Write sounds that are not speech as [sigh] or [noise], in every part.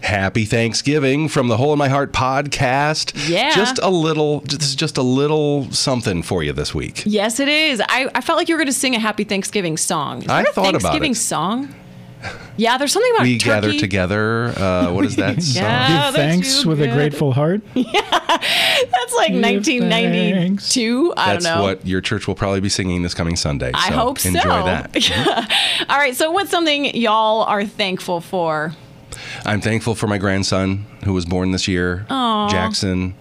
Happy Thanksgiving from the Hole in My Heart podcast. Yeah. Just a little, this is just a little something for you this week. Yes, it is. I, I felt like you were going to sing a Happy Thanksgiving song. Is I there a thought about it. Thanksgiving song? Yeah, there's something about We turkey. gather together. Uh, what is that song? [laughs] Yeah. Oh, Give that's thanks too with good. a grateful heart. That's like 1992. I That's don't know. what your church will probably be singing this coming Sunday. I so hope so. enjoy [laughs] that. Mm-hmm. All right. So, what's something y'all are thankful for? I'm thankful for my grandson who was born this year, Jackson.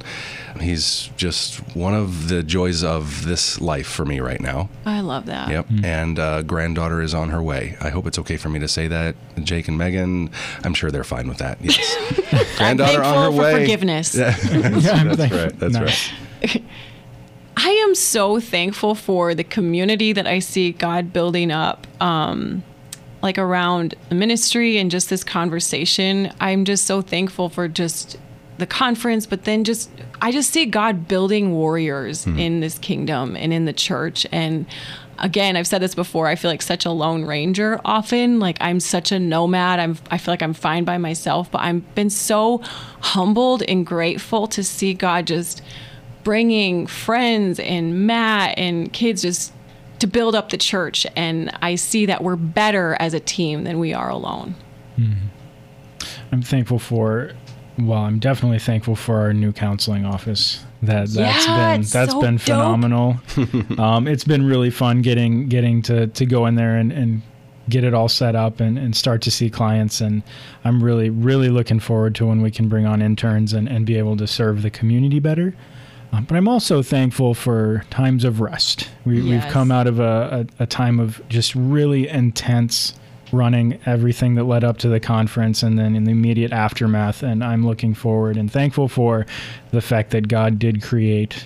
He's just one of the joys of this life for me right now. I love that. Yep. And uh, granddaughter is on her way. I hope it's okay for me to say that. Jake and Megan, I'm sure they're fine with that. Yes. [laughs] granddaughter thankful on her for way. forgiveness. Yeah, that's Yeah, I'm that's thankful. right. That's No. right. I am so thankful for the community that I see God building up, um, like around the ministry and just this conversation. I'm just so thankful for just the conference, but then just I just see God building warriors in this kingdom and in the church. And again, I've said this before. I feel like such a lone ranger often. Like I'm such a nomad. I'm I feel like I'm fine by myself. But I've been so humbled and grateful to see God just bringing friends and Matt and kids just to build up the church. And I see that we're better as a team than we are alone. I'm thankful for. Well, I'm definitely thankful for our new counseling office. That that's Yeah, been it's that's so been dope. phenomenal. um, it's been really fun getting getting to to go in there and, and get it all set up and, and start to see clients. And I'm really really looking forward to when we can bring on interns and, and be able to serve the community better. Um, but I'm also thankful for times of rest. We, Yes. We've come out of a, a, a time of just really intense running everything that led up to the conference and then in the immediate aftermath. And I'm looking forward and thankful for the fact that God did create,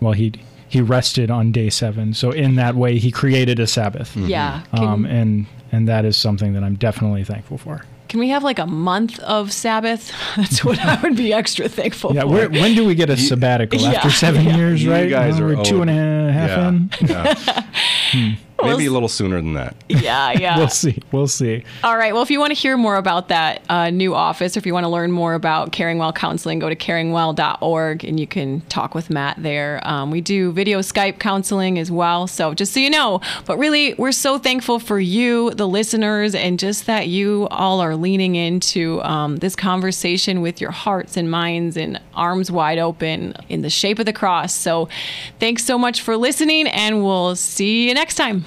well, He. He rested on day seven, so in that way, he created a Sabbath. Mm. Yeah. Can, um, and and that is something that I'm definitely thankful for. can we have like a month of Sabbath? [laughs] That's what I would be extra thankful Yeah, for. where, when do we get a sabbatical [laughs] Yeah. after seven years? You right, guys Now are we're two old. and a half Yeah, in. yeah. Maybe a little sooner than that. yeah. Yeah. [laughs] we'll see. We'll see. All right. Well, if you want to hear more about that uh, new office, if you want to learn more about Caring Well Counseling, go to caringwell.org and you can talk with Matt there. Um, we do video Skype counseling as well. So just so you know, but really, we're so thankful for you, the listeners, and just that you all are leaning into um, this conversation with your hearts and minds and arms wide open in the shape of the cross. So thanks so much for listening, and we'll see you next time.